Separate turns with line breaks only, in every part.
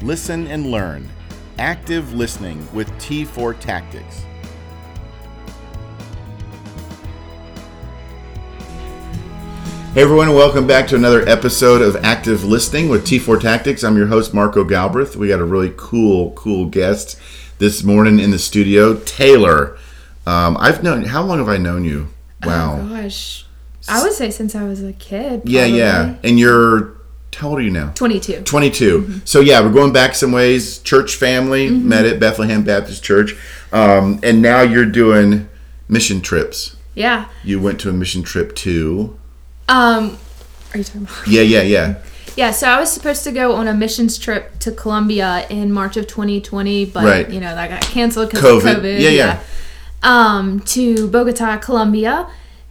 listen, and learn. Active listening with T4 Tactics. Hey everyone, welcome back to another episode of Active Listening with T4 Tactics. I'm your host Marco Galbraith. We got a really cool, cool guest this morning in the studio, Taylor. Um, I've known how long have I known you? Wow.
Oh gosh. I would say since I was a kid.
yeah, yeah.
probably.
And you're how old are you now?
22.
22. So yeah, we're going back some ways. Church family met at Bethlehem Baptist Church, um, and now you're doing mission trips.
Yeah.
You went to a mission trip to
Um are you talking about?
yeah, yeah, yeah.
Yeah, so I was supposed to go on a missions trip to Colombia in March of 2020, but
Right.
you know, that got canceled cuz
COVID.
of COVID.
Yeah, yeah.
Um to Bogota, Colombia.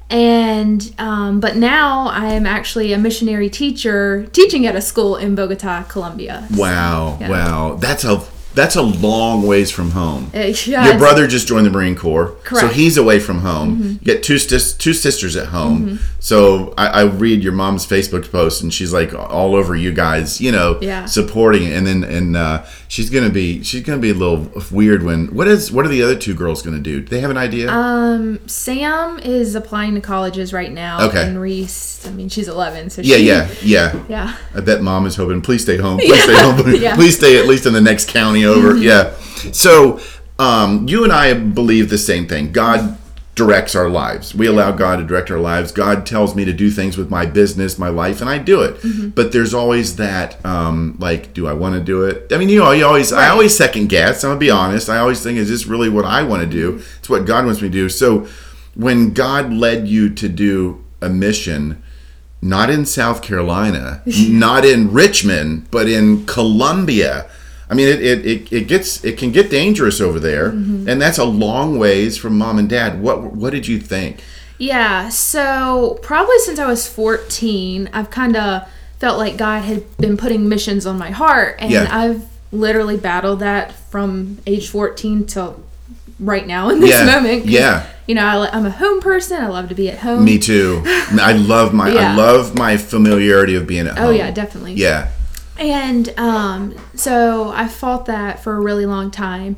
And um, but now I am actually a missionary teacher teaching at a school in Bogota, Colombia.
Wow,
Yeah.
wow. That's a that's a long ways from home.
Uh, yeah,
Your
it's-
brother just joined the Marine Corps, so
Correct. Mm-hmm.
he's away from home. You get two sis- two sisters at home. So I, I read your mom's Facebook post, and she's like all over you guys, you know,
Yeah.
supporting. it. And then and uh, she's gonna be she's gonna be a little weird when what is what are the other two girls gonna do? Do they have an idea?
Um, Sam is applying to colleges right now.
Okay.
And Reese, I mean, she's 11, so
yeah,
she,
yeah, yeah.
yeah.
I bet mom is hoping, please stay home, please stay home,
Yeah. Mm-hmm.
please stay at least in the next county over. Yeah. So, um, you and I believe the same thing. God directs our lives. We allow God to direct our lives. God tells me to do things with my business, my life, and I do it.
Mm-hmm.
But there's always that, um, like, do I want to do it? I mean, you know, you always, I always second guess. I'm gonna be honest. I always think, is this really what I want to
Mm-hmm.
do? It's what God wants me to do. So, when God led you to do a mission not in South Carolina, not in Richmond, but in Columbia. I mean, it, it, it, it gets it can get dangerous over there,
Mm-hmm.
and that's a long ways from mom and dad. What what did you think?
Yeah, so probably since I was 14, I've kind of felt like God had been putting missions on my heart. And
Yeah.
I've literally battled that from age 14 till right now in this
Yeah,
moment. 'Cause,
yeah.
You know, I, am a home person. I love to be at home.
Me too. I love my I
Yeah.
love my familiarity of being at
Oh,
home.
yeah, definitely.
Yeah,
And um, so I fought that for a really long time.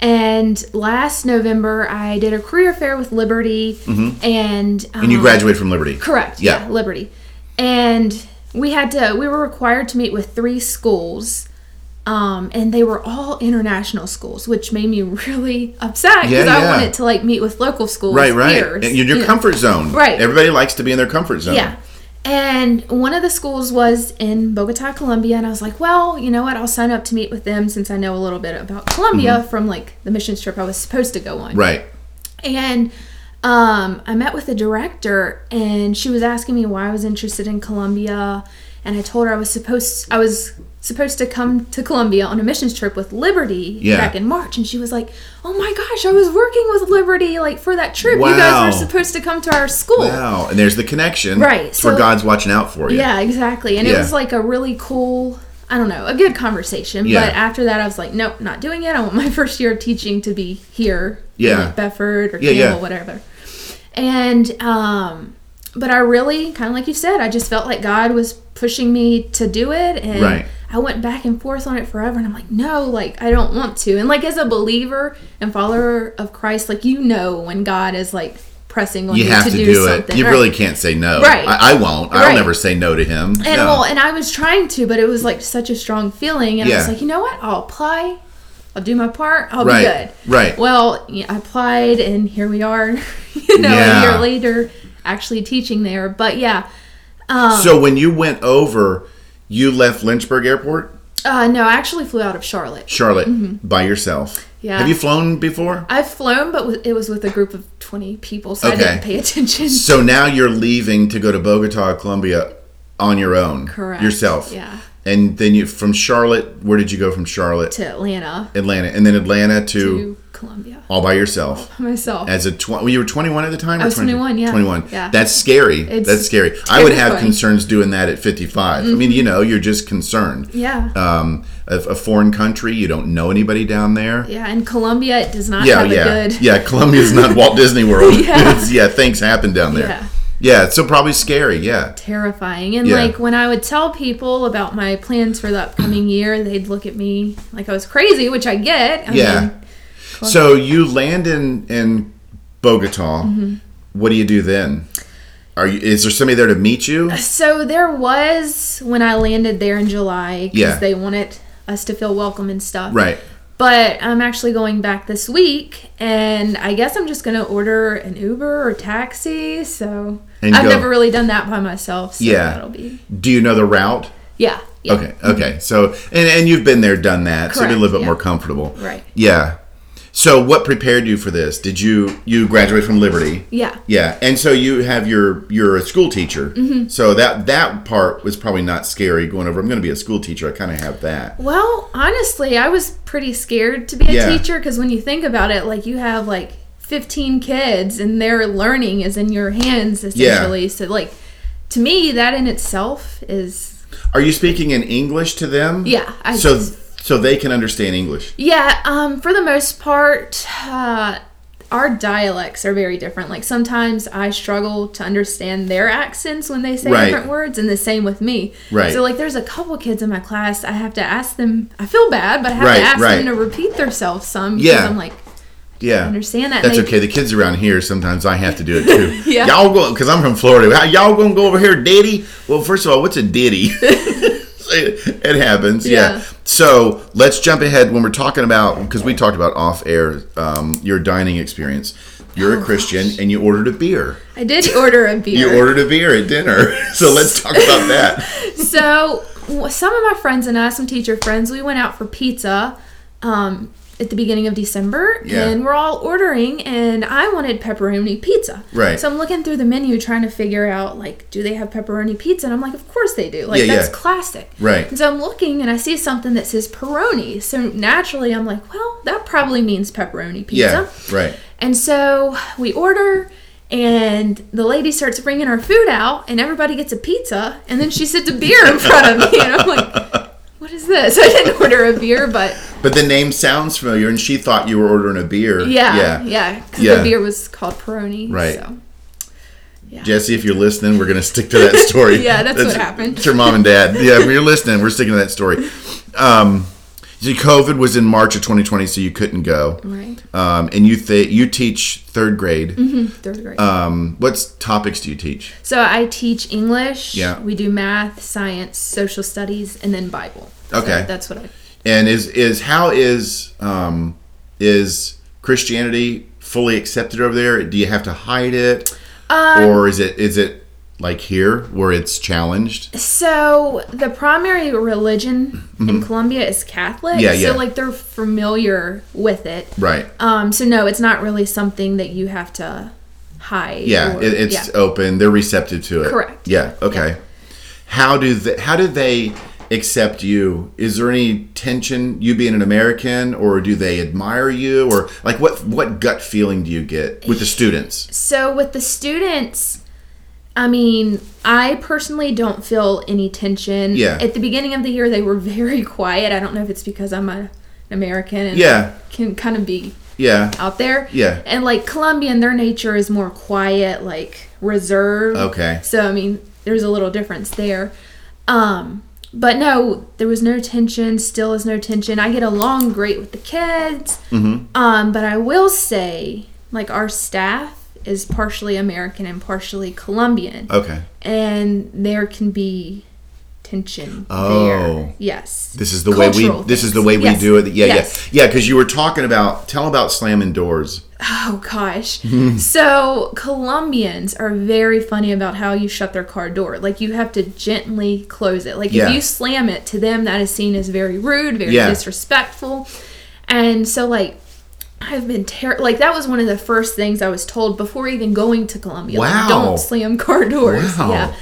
And last November, I did a career fair with Liberty, and um,
Mm-hmm. and you graduated from Liberty.
Correct.
Yeah.
Yeah. Liberty. And we had to we were required to meet with three schools. Um, and they were all international schools, which made me really upset
Yeah,
because
yeah.
I wanted to like meet with local schools.
Right, right.
here.
And You're in your
You know.
comfort zone.
Right.
Everybody likes to be in their comfort zone.
Yeah. And one of the schools was in Bogota, Colombia, and I was like, well, you know what? I'll sign up to meet with them since I know a little bit about Colombia from like the missions trip I was supposed to go on.
Mm-hmm. Right.
And um, I met with the director, and she was asking me why I was interested in Colombia, and I told her I was supposed I was supposed to come to Colombia on a missions trip with Liberty
Yeah.
back in March, and she was like, "Oh my gosh, I was working with Liberty like for that trip. You
Wow.
guys were supposed to come to our school."
Wow. And there's the connection.
Right,
It's where
so-
God's watching out for you.
Yeah, exactly. And
Yeah.
it was like a really cool, I don't know, a good conversation.
Yeah.
But after that, I was like, nope, not doing it. I want my first year of teaching to be here.
Yeah.
Like Bedford or
Yeah,
Campbell,
yeah.
whatever. And, um, but I really, kind of like you said, I just felt like God was pushing me to do it. And
Right.
I went back and forth on it forever. And I'm like, no, like, I don't want to. And, like, as a believer and follower of Christ, like, you know when God is, like, pressing on you,
you have
to, do,
it.
something.
You
right?
really can't say no.
Right.
I, I won't. I'll
Right.
never say no to him.
And
no.
well, and I was trying to, but it was like such a strong feeling, and I was
Yeah.
like, you know what? I'll apply. I'll do my part. I'll
Right,
be good.
right.
Well, yeah, I applied, and here we are. you know,
Yeah.
a year later, actually teaching there. But yeah, um,
so when you went over, you left Lynchburg Airport,
uh, no, I actually flew out of Charlotte.
Charlotte, by yourself.
Mm-hmm. Yeah.
Have you flown before?
I've flown, but w- it was with a group of twenty people, so
Okay.
I didn't pay attention.
So now you're leaving to go to Bogota, Colombia, on your own,
Correct.
Yourself,
Yeah.
And then you from Charlotte. Where did you go from Charlotte?
to Atlanta
Atlanta, and then Atlanta to,
to Columbia
all by yourself.
myself.
As a tw- well, you were 21 at the time.
I was 21, yeah.
21.
Yeah.
That's scary.
It's
That's scary. I would have
terrifying.
concerns doing that at 55. I mean, you know, you're just concerned.
yeah.
Um, a, a foreign country, you don't know anybody down there.
yeah, and Columbia it does not
Yeah,
have
yeah,
a good
yeah. Columbia's not Walt Disney World.
Yeah.
It's- yeah, things happen down there.
Yeah.
Yeah, so probably scary. Yeah,
terrifying. And
Yeah.
like when I would tell people about my plans for the upcoming year, they'd look at me like I was crazy, which I get. I
yeah.
mean,
So you land in in Bogota.
Mm-hmm.
What do you do then? Are you? Is there somebody there to meet you?
so there was when I landed there in July because
Yeah.
they wanted us to feel welcome and stuff.
Right.
But I'm actually going back this week, and I guess I'm just going to order an Uber or taxi. So
And
I've
go.
never really done that by myself. So
Yeah.
that'll be
Do you know the route?
yeah. yeah.
Okay. Okay. So and and you've been there, done that. so you're a
Correct,
little bit
yeah.
more comfortable.
Right.
Yeah. So what prepared you for this? Did you you graduate from Liberty?
Yeah.
Yeah, and so you have your you're a school teacher,
Mm-hmm.
so that that part was probably not scary going over. I'm going to be a school teacher. I kind of have that.
Well, honestly, I was pretty scared to be a
Yeah.
teacher because when you think about it, like you have like 15 kids and their learning is in your hands essentially. So, like, to me, that in itself is,
Are you speaking in English to them?
Yeah, I
so
just-
so they can understand English.
yeah, um, for the most part, uh, our dialects are very different. Like, sometimes I struggle to understand their accents when they say
Right.
different words, and the same with me.
Right.
So, like, there's a couple kids in my class, I have to ask them, I feel bad, but I have
Right,
to ask
right.
them to repeat themselves some because
Yeah.
I'm like,
Yeah.
understand that.
That's
and they-
okay. The kids around here sometimes I have to do it too.
Yeah.
Y'all go because I'm from Florida. How- Y'all gonna go over here, Diddy? Well, first of all, what's a Diddy? it, it happens. Yeah.
Yeah.
So let's jump ahead when we're talking about because we talked about off air um, your dining experience. You're a
Oh,
Christian and you ordered a beer.
I did order a beer.
You ordered a beer at dinner. So let's talk about that.
so w- some of my friends and I, some teacher friends, we went out for pizza um, at the beginning of December,
Yeah.
and we're all ordering, and I wanted pepperoni pizza.
Right.
So I'm looking through the menu trying to figure out like, do they have pepperoni pizza? And I'm like, of course they do. Like
Yeah,
that's
yeah.
classic.
Right.
And so I'm looking, and I see something that says pepperoni. So naturally, I'm like, well, that probably means pepperoni pizza.
Yeah. Right.
And so we order, and the lady starts bringing our food out, and everybody gets a pizza, and then she sits a beer in front of me, and I'm like, "What is this?" I didn't order a beer, but
But the name sounds familiar, and she thought you were ordering a beer.
yeah, yeah, because
Yeah.
the beer was called Peroni,
Right.
So.
Jesse, if you're listening, we're going to stick to that story.
Yeah, that's what happened.
It's your mom and dad. Yeah, if you're listening, we're sticking to that story. Um, so COVID was in March of 2020, so you couldn't go.
Right. Mm-hmm.
Um, and you th- you teach third grade.
Third grade.
Um, what topics do you teach?
so I teach English.
Yeah.
We do math, science, social studies, and then Bible. So
Okay.
that's what I.
And is is how is um, is Christianity fully accepted over there? Do you have to hide it,
Um,
or is it is it like here where it's challenged?
So the primary religion in Colombia is Catholic.
Mm-hmm. Yeah, yeah.
So like they're familiar with it.
Right.
Um, so no, it's not really something that you have to hide.
Yeah,
or-
it, it's
yeah.
open. They're receptive to it.
Correct.
Yeah. Okay. How do they, how do they accept you? Is there any tension you being an American, or do they admire you, or like what what gut feeling do you get with the students?
So with the students, I mean, I personally don't feel any tension.
Yeah.
At the beginning of the year, they were very quiet. I don't know if it's because I'm a, an American and
Yeah.
can kind of be
Yeah.
out there.
Yeah.
And like Colombian, their nature is more quiet, like reserved.
Okay.
So I mean, there's a little difference there. Um, but no, there was no tension. Still is no tension. I get along great with the kids.
Mm-hmm.
Um, but I will say, like our staff is partially American and partially Colombian,
Okay.
and there can be tension
Oh.
there. Yes.
This is the way we.
Cultural
This is the
things.
way we
Yes.
do it. Yeah,
Yes.
yeah, yeah. Because you were talking about tell about slamming doors.
Oh gosh.
Hmm.
so Colombians are very funny about how you shut their car door. Like you have to gently close it. Like
Yeah.
if you slam it to them, that is seen as very rude, very
Yeah.
disrespectful. And so like I've been terrible. Like that was one of the first things I was told before even going to Columbia. like,
Wow.
don't slam car doors.
Wow.
Yeah.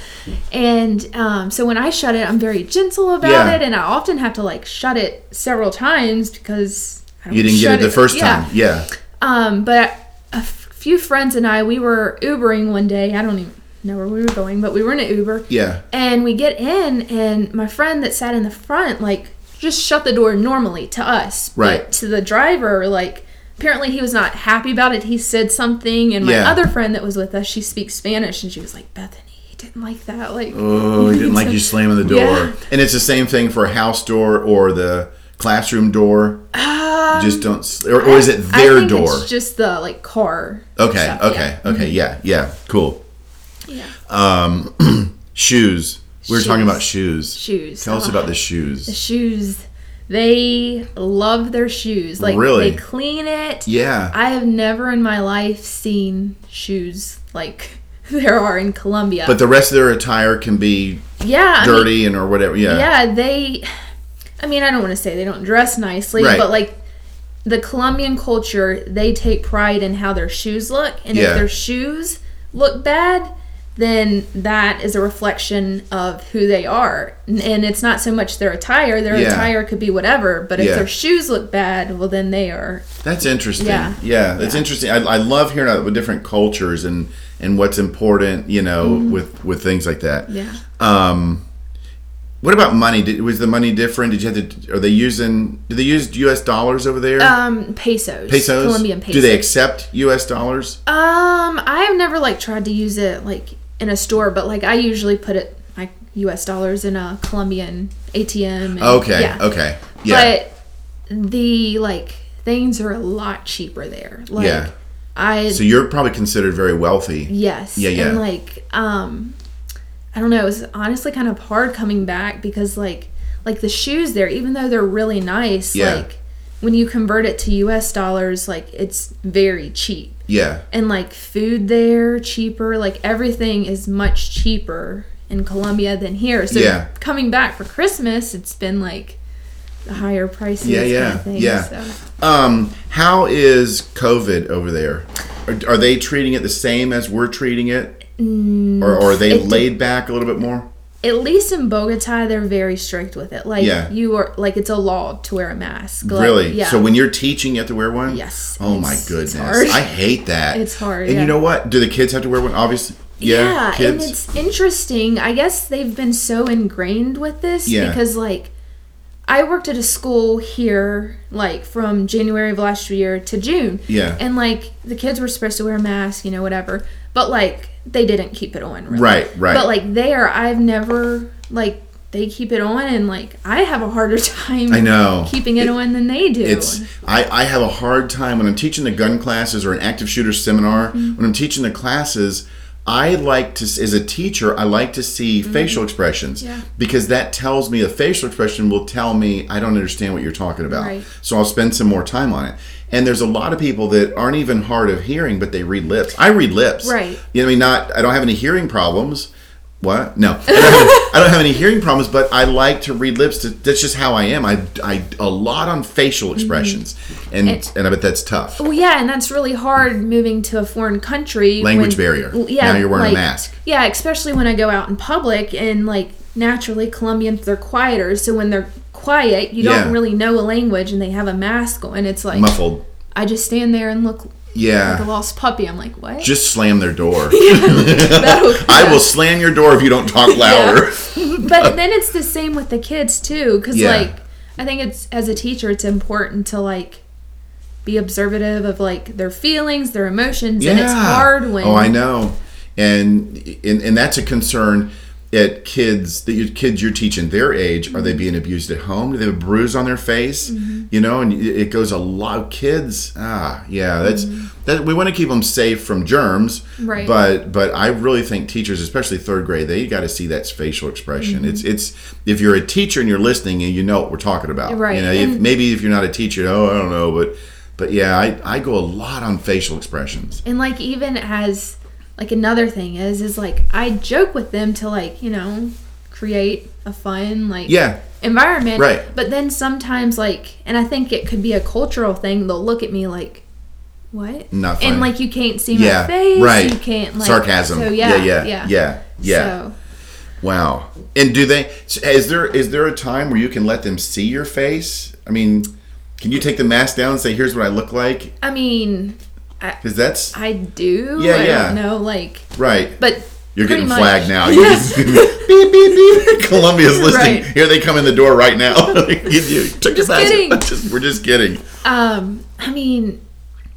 And um, so when I shut it, I'm very gentle about
Yeah.
it, and I often have to like shut it several times because I don't
You didn't
shut
get it the first
yeah.
time. Yeah.
Um, but a f- few friends and I, we were Ubering one day. I don't even know where we were going, but we were in an Uber.
Yeah.
And we get in, and my friend that sat in the front, like, just shut the door normally to us. but
Right.
to the driver, like, apparently he was not happy about it. He said something, and my
Yeah.
other friend that was with us, she speaks Spanish, and she was like, Bethany, he didn't like that. Like,
Oh, you didn't like you slamming the door.
Yeah.
And it's the same thing for a house door or the classroom door. You just don't, s- or, or is it
Um, I
their
think
door? Uh,
It's just the, like, car.
okay,
stuff,
okay, okay. Yeah, yeah. Cool. Um,
Yeah.
Shoes. We were talking
Shoes.
about shoes.
Shoes.
Tell us
Oh.
about the shoes.
shoes. They love their shoes. Like
Really?
they clean it.
yeah.
I have never in my life seen shoes like there are in Colombia.
but the rest of their attire can be
yeah, I mean,
dirty and or whatever. Yeah.
yeah, they. I mean, I don't want to say they don't dress nicely,
Right.
but like the Colombian culture, they take pride in how their shoes look, and
Yeah.
if their shoes look bad. Then that is a reflection of who they are, N- and it's not so much their attire. Their
Yeah.
attire could be whatever, but if
Yeah.
their shoes look bad, well, then they are.
That's interesting. Yeah,
Yeah.
that's interesting. I, I love hearing about different cultures and and what's important, you know,
Mm-hmm.
with with things like that.
Yeah.
Um, what about money? Did, was the money different? Did you have to? Are they using? Do they use U.S. dollars over there?
Um, pesos.
pesos.
Colombian pesos.
Do they accept U.S. dollars?
Um, I have never like tried to use it like in a store, but like I usually put it like U.S. dollars in a Colombian ATM. and-
okay.
yeah.
Okay. Yeah.
But the like things are a lot cheaper there. Like
Yeah.
I
so you're probably considered very wealthy.
yes.
Yeah, yeah.
And like um, I don't know. It was honestly kind of hard coming back because like like the shoes there, even though they're really nice,
Yeah.
like when you convert it to U.S. dollars, like it's very cheap
Yeah.
and like food there cheaper like everything is much cheaper in colombia than here so
Yeah.
coming back for christmas it's been like the higher prices
Yeah,
kind
yeah,
of thing,
yeah.
so.
Um, how is COVID over there? Are, are they treating it the same as we're treating it? or, or are they
Mm, it de-
laid back a little bit more?
at least in bogota they're very strict with it like
Yeah.
you are like it's a law to wear a mask like,
Really?
yeah
So when you're teaching, you have to wear one?
Yes.
Oh my
It's-
goodness.
it's hard.
I hate that.
It's hard,
And
yeah.
you know what? Do the kids have to wear one? Obviously. Yeah.
and
kids.
it's interesting. I guess they've been so ingrained with this
Yeah.
because, like, I worked at a school here, like, from January of last year to June.
Yeah.
And, like, the kids were supposed to wear masks, you know, whatever. But, like, they didn't keep it on. Really.
Right, right.
But, like, there, I've never, like, they keep it on, and, like, I have a harder time
I know.
keeping it, on than they do.
It's I, I have a hard time when I'm teaching the gun classes or an active shooter seminar.
Mm-hmm.
When I'm teaching the classes, I like to as a teacher, I like to see facial expressions
Mm-hmm. Yeah.
because that tells me a facial expression will tell me I don't understand what you're talking about.
Right.
So I'll spend some more time on it. And there's a lot of people that aren't even hard of hearing, but they read lips. I read lips.
Right.
You know, what I mean, not I don't have any hearing problems. What? No, I don't, have, I don't have any hearing problems, but I like to read lips. To, that's just how I am. I, I a lot on
Mm-hmm.
facial expressions, and and I bet that's tough.
Well, yeah, and that's really hard moving to a foreign country.
Language barrier.
Yeah,
Now you're wearing a
like-
mask.
Yeah, especially when I go out in public and like naturally Colombians they're quieter, so when they're quiet, you
Yeah.
don't really know a language, and they have a mask on. It's like
Muffled. Ah.
I just stand there and look like a
Yeah.
lost puppy. I'm like, what?
Just slam their door.
That'll-
I will slam your door if you don't talk louder.
but then it's the same with the kids too because
Yeah.
like i think it's as a teacher it's important to like be observative of like their feelings their emotions and it's hard when
Oh, I know. And and, and that's a concern at kids that your kids you're teaching their age are
Mm-hmm.
they being abused at home do they have a bruise on their face you know and it it goes a lot of kids ah yeah that's that we want to keep them safe from germs
Mm-hmm. Right.
but but i really think teachers especially third grade they got to see that facial expression
Mm-hmm.
it's it's if you're a teacher and you're listening and you know what we're talking about you
Right. Mm-hmm.
know if,
And-
maybe if you're not a teacher oh i don't know but but yeah i, I go a lot on facial expressions
and like even as like another thing is is like i joke with them to like you know create a fun like
Yeah.
environment
Right.
but then sometimes like and i think it could be a cultural thing they'll look at me like what?
Not funny.
And like you can't see
Mm, yeah,
my face.
right.
You can't like
sarcasm.
So yeah,
yeah, yeah,
yeah,
yeah, yeah.
So
Wow. And do they? Is there is there a time where you can let them see your face? I mean, can you take the mask down and say, "Here's what I look like"?
I mean, I,
Because that's
I do.
Yeah,
I
yeah.
don't know, like,
right.
but
You're
pretty
getting
much-
flagged now. You
Yes.
just- beep, beep, beep. Columbia's listening.
Right.
Here they come in the door right now. you, you took
Just
your mask.
kidding.
Just- we're just kidding.
Um, I mean,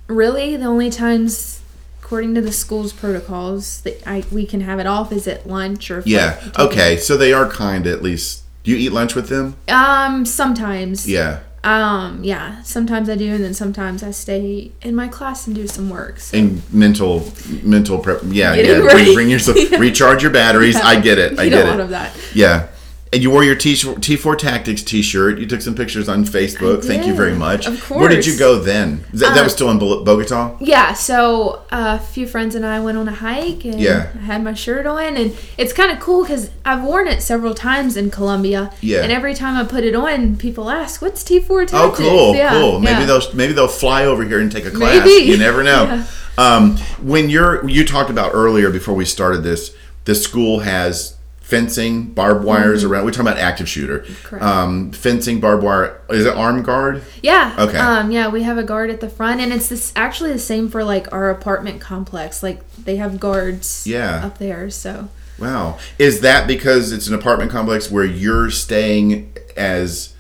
really, the only times, according to the school's protocols, that I we can have it off is at lunch or if, like,
Yeah. Okay. So they are kind, at least. Do you eat lunch with them?
Um, sometimes.
Yeah.
Um, yeah. Sometimes I do, and then sometimes I stay in my class and do some work. So.
And mental, mental prep. Yeah.
Get
yeah.
it
Bring,
right.
bring yourself. Recharge your batteries. I get it. I
you
get
don't
it.
want that.
Yeah. And you wore your T T4 Tactics T-shirt. You took some pictures on Facebook. Thank you very
did.
much.
Of
Where did you
course. Uh,
go then? Is That, that was still in Bol- Bogota.
Yeah, so uh, a few friends and I went on a hike and
Yeah.
I had my shirt on and it's kind of cool cuz I've worn it several times in Colombia
Yeah.
and every time I put it on people ask, "What's T4 Tactics?"
Oh, cool,
Yeah,
cool. Maybe
yeah.
they'll maybe they'll fly over here and take a class.
Maybe.
You never know.
Yeah.
Um, when you're you talked about earlier before we started this, the school has fencing, barbed wires around. We're talking about active shooter.
Mm-hmm. Correct.
Um, fencing, barbed wire. Is it armed guard?
Yeah.
Okay.
Um, yeah, we have a guard at the front, and it's this actually the same for like our apartment complex. Like they have guards.
Yeah.
Up there, so
Wow. Is that because it's an apartment complex where you're staying as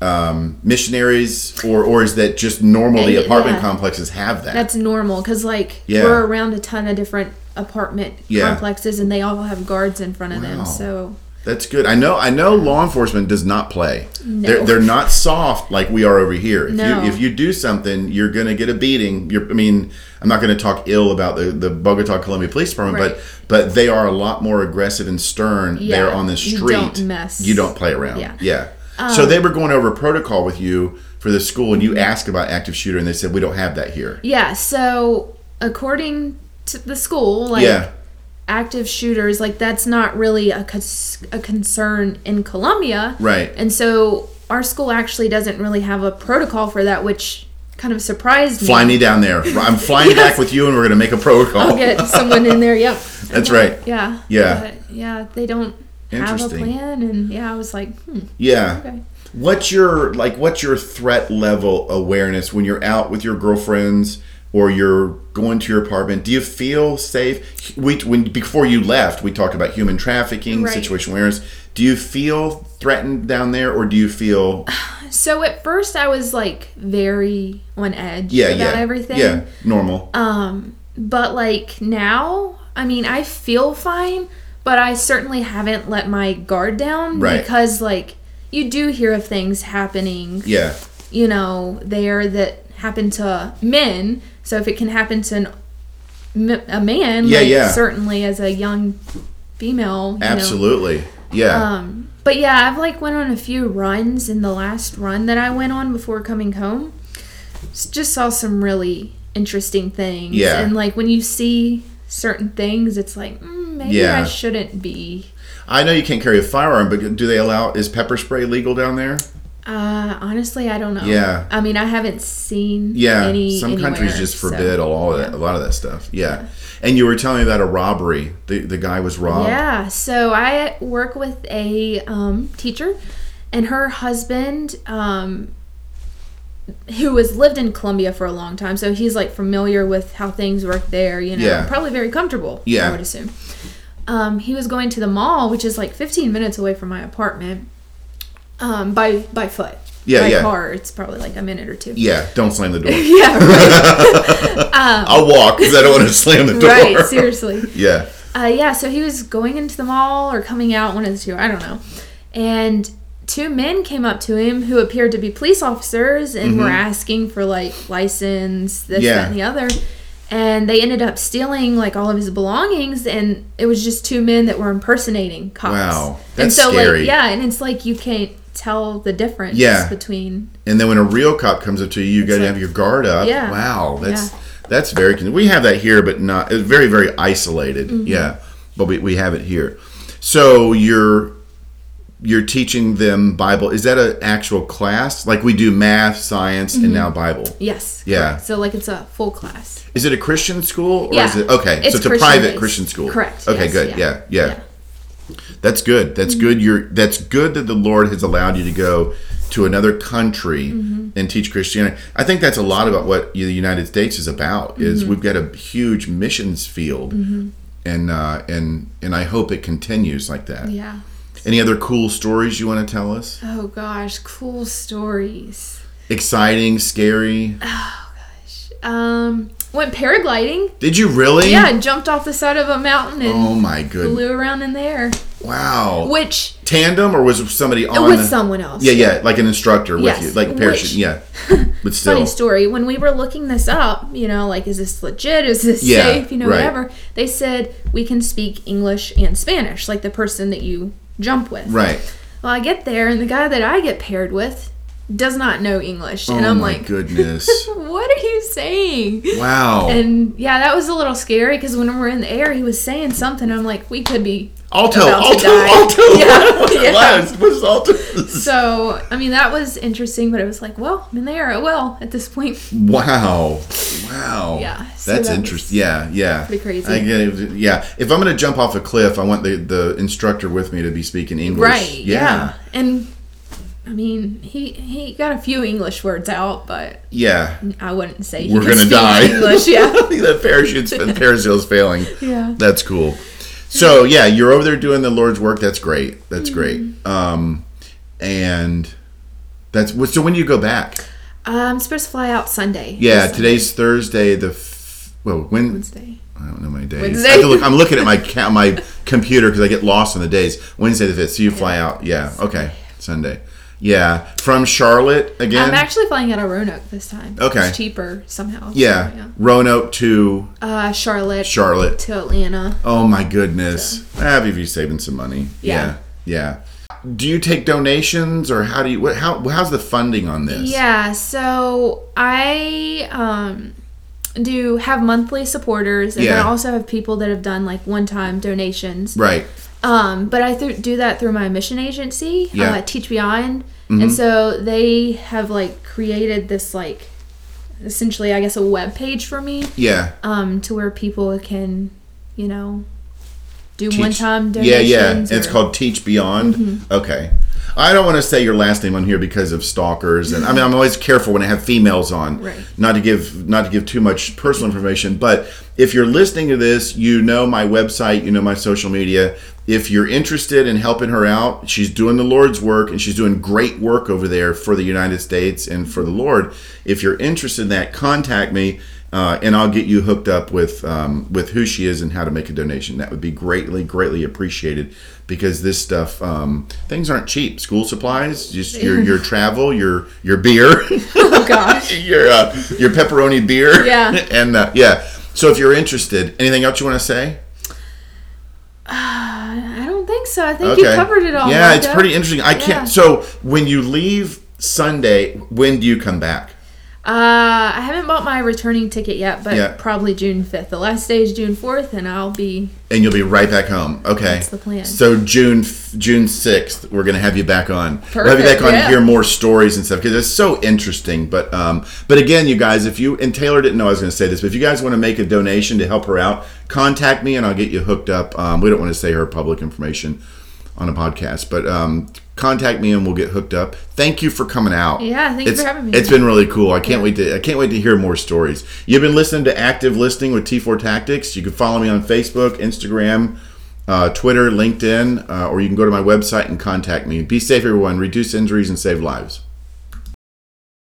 um, missionaries, or or is that just normal? The
Yeah,
apartment
yeah.
complexes have that.
that's normal because like
Yeah.
we're around a ton of different apartment
Yeah.
complexes, and they all have guards in front of
Wow.
them. So
That's good. I know. I know. Law enforcement does not play. They're they're not soft like we are over here. If
No.
you if you do something, you're gonna get a beating. You're, I mean, I'm not gonna talk ill about the the Bogota Columbia Police Department,
Right.
but but they are a lot more aggressive and stern. They're
Yeah.
on the
You
street.
don't mess.
You don't play around.
Yeah. Um,
Yeah. so they were going over protocol with you for the school, and
Mm-hmm.
you asked about active shooter, and they said we don't have that here.
yeah. So according to the school, like
yeah.
active shooters, like that's not really a cons- a concern in Colombia.
Right.
And so our school actually doesn't really have a protocol for that, which kind of surprised me.
Fly me down there. I'm flying back with you, and we're gonna make a
I'll
protocol.
get someone in there. Yep.
That's right.
Yeah.
Yeah.
But, yeah. They don't have a
Interesting.
plan, and yeah, I was like, hmm,
Yeah.
Okay.
What's your like what's your threat level awareness when you're out with your girlfriends or you're going to your apartment? Do you feel safe? We when before you left, we talked about human trafficking,
Right.
situational awareness. Do you feel threatened down there or do you feel
so at first I was like very on edge
yeah,
about
yeah.
everything.
Yeah, normal.
Um, but like now, I mean, I feel fine, but I certainly haven't let my guard down
Right.
because like you do hear of things happening,
yeah.
you know, there that happen to men. So if it can happen to an, m- a man,
Yeah,
like,
yeah.
certainly as a young female, you know.
Absolutely. Yeah.
Um, but yeah, I've like went on a few runs, and the last run that I went on before coming home, s- just saw some really interesting things.
Yeah.
and like when you see certain things, it's like mm, maybe
Yeah.
I shouldn't be.
I know you can't carry a firearm, but do they allow is pepper spray legal down there?
Uh, honestly, I don't know.
Yeah.
I mean, I haven't seen.
Yeah,
any
some countries
anywhere,
just
so-
forbid all of that, a lot of that stuff. Yeah. and you were telling me about a robbery. The the guy was robbed.
Yeah, so I work with a um, teacher, and her husband, um, who has lived in Colombia for a long time, so he's like familiar with how things work there. You know,
Yeah.
probably very comfortable.
Yeah.
I would assume. Um, he was going to the mall, which is like 15 minutes away from my apartment, um, by by foot.
Yeah,
by
yeah.
car, it's probably like a minute or two.
Yeah, don't slam the door.
Yeah, right,
I'll walk because I don't want to slam the door.
right seriously.
Yeah.
Uh, yeah, so he was going into the mall or coming out, one of the two, I don't know. And two men came up to him who appeared to be police officers and were asking for like license, this,
Mm-hmm. Yeah.
that, and the other. And they ended up stealing like all of his belongings, and it was just two men that were impersonating cops.
Wow,
and
that's
so,
scary.
Like, yeah, and it's like you can't tell the difference
Yeah.
between.
And then when a real cop comes up to you, you got to
like-
have your guard up.
Yeah.
Wow, that's that's very. con- We have that here, but not it's very
Mm-hmm.
very isolated. Yeah, but we, we have it here. So you're you're teaching them Bible. Is that an actual class? Like we do math, science,
Mm-hmm.
and now Bible.
Yes.
Yeah.
correct. So like it's a full class.
Is it a Christian school? Or
Yeah.
is it okay?
It's
so it's a
Christian
private
based.
Christian school.
Correct,
Okay,
yes,
good.
yeah.
Yeah. Yeah.
Yeah.
That's good. That's good. You're that's good that the Lord has allowed you to go to another country
Mm-hmm.
and teach Christianity. I think that's a lot about what the United States is about.
Mm-hmm.
Is we've got a huge missions field, and uh, and and I hope it continues like that.
Yeah.
Any other cool stories you want to tell us?
Oh gosh, cool stories.
Exciting, scary.
Um, went paragliding.
Did you really?
Yeah, and jumped off the side of a mountain and
Oh my goodness!
flew around in the air.
Wow.
Which
Tandem or was somebody on
with
the-
someone else.
Yeah, yeah, like an instructor with
Yes,
you, like parachute.
which-
yeah, but
Funny
still,
story. When we were looking this up, you know, like, is this legit? Is this
Yeah,
safe? You know,
right.
whatever. They said we can speak English and Spanish, like the person that you jump with.
right?
Well, I get there, and the guy that I get paired with does not know English, and
oh
I'm
my
like,
goodness!
what are you saying?
Wow!
And yeah, that was a little scary because when we were in the air, he was saying something. I'm like, we could be.
alto,
about to
alto,
die.
alto!
Yeah,
What
yeah.
it was, was alto.
So, I mean, that was interesting, but it was like, well, I'm in the air. I will at this point.
Wow! Wow!
Yeah, so
that's
that
interesting. Yeah, yeah.
pretty crazy.
I get it. Yeah, if I'm gonna jump off a cliff, I want the the instructor with me to be speaking English.
Right. Yeah. And I mean, he he got a few English words out, but
Yeah.
I wouldn't say he
We're
can
gonna
speak
die.
English, yeah. Uh,
that parachute's the parasail's failing.
Yeah.
That's cool. So yeah, you're over there doing the Lord's work. That's great. That's
Mm-hmm.
great. Um, and that's so. When do you go back?
I'm supposed to fly out Sunday.
Yeah,
This
today's Thursday. The f- well, when
Wednesday.
I don't know my days.
Wednesday.
I have to look, I'm looking at my ca- my computer because I get lost in the days. Wednesday the fifth. So you fly out. Yeah. Okay. Sunday. Yeah. From Charlotte again.
I'm actually flying out of Roanoke this time.
Okay.
It's cheaper somehow.
yeah.
So,
Roanoke to
Uh, Charlotte
Charlotte.
to Atlanta.
Oh my goodness. Happy if you saving some money.
Yeah.
yeah. Yeah. Do you take donations or how do you what, how how's the funding on this?
Yeah, so I um do have monthly supporters and then
Yeah.
I also have people that have done like one-time donations.
Right.
Um, but I th- do that through my mission agency,
Yeah. Mm-hmm.
uh, Teach Beyond, and so they have like created this like essentially, I guess, a web page for me,
Yeah.
um, to where people can, you know, do
Teach-
one-time
Yeah,
donations.
yeah. It's
or- Mm-hmm.
called Teach Beyond. Okay. I don't want to say your last name on here because of stalkers and I mean I'm always careful when I have females on.
Right.
Not to give not to give too much personal information, but if you're listening to this, you know my website, you know my social media. If you're interested in helping her out, she's doing the Lord's work and she's doing great work over there for the United States and for the Lord. If you're interested in that, contact me uh, and I'll get you hooked up with um, with who she is and how to make a donation. That would be greatly, greatly appreciated because this stuff um, things aren't cheap. School supplies, just your your travel, your your beer,
Oh gosh.
your uh, your pepperoni beer,
Yeah.
and uh, yeah. So if you're interested, anything else you want to say?
I don't think so. I think you covered it all.
Yeah, it's
Rhonda.
pretty interesting. I
Yeah.
can't. So when you leave Sunday, when do you come back?
Uh, I haven't bought my returning ticket yet, but
Yeah.
probably June 5th. The last day is June 4th, and I'll be.
and you'll be right back home. Okay,
That's the plan.
So June f- June sixth, we're gonna have you back on. We'll have you
Perfect,
back on
yeah.
to hear more stories and stuff because it's so interesting. But um, but again, you guys, if you and Taylor didn't know I was gonna say this, but if you guys want to make a donation to help her out, contact me and I'll get you hooked up. Um, we don't want to say her public information on a podcast, but um, contact me and we'll get hooked up. Thank you for coming out.
Yeah, thank you
It's-
for having me.
It's been really cool. I can't wait to I can't wait to hear more stories. You've been listening to Active Listening with T4 Tactics. You can follow me on Facebook, Instagram, uh, Twitter, LinkedIn, uh, or you can go to my website and contact me. Be safe, everyone. Reduce injuries and save lives.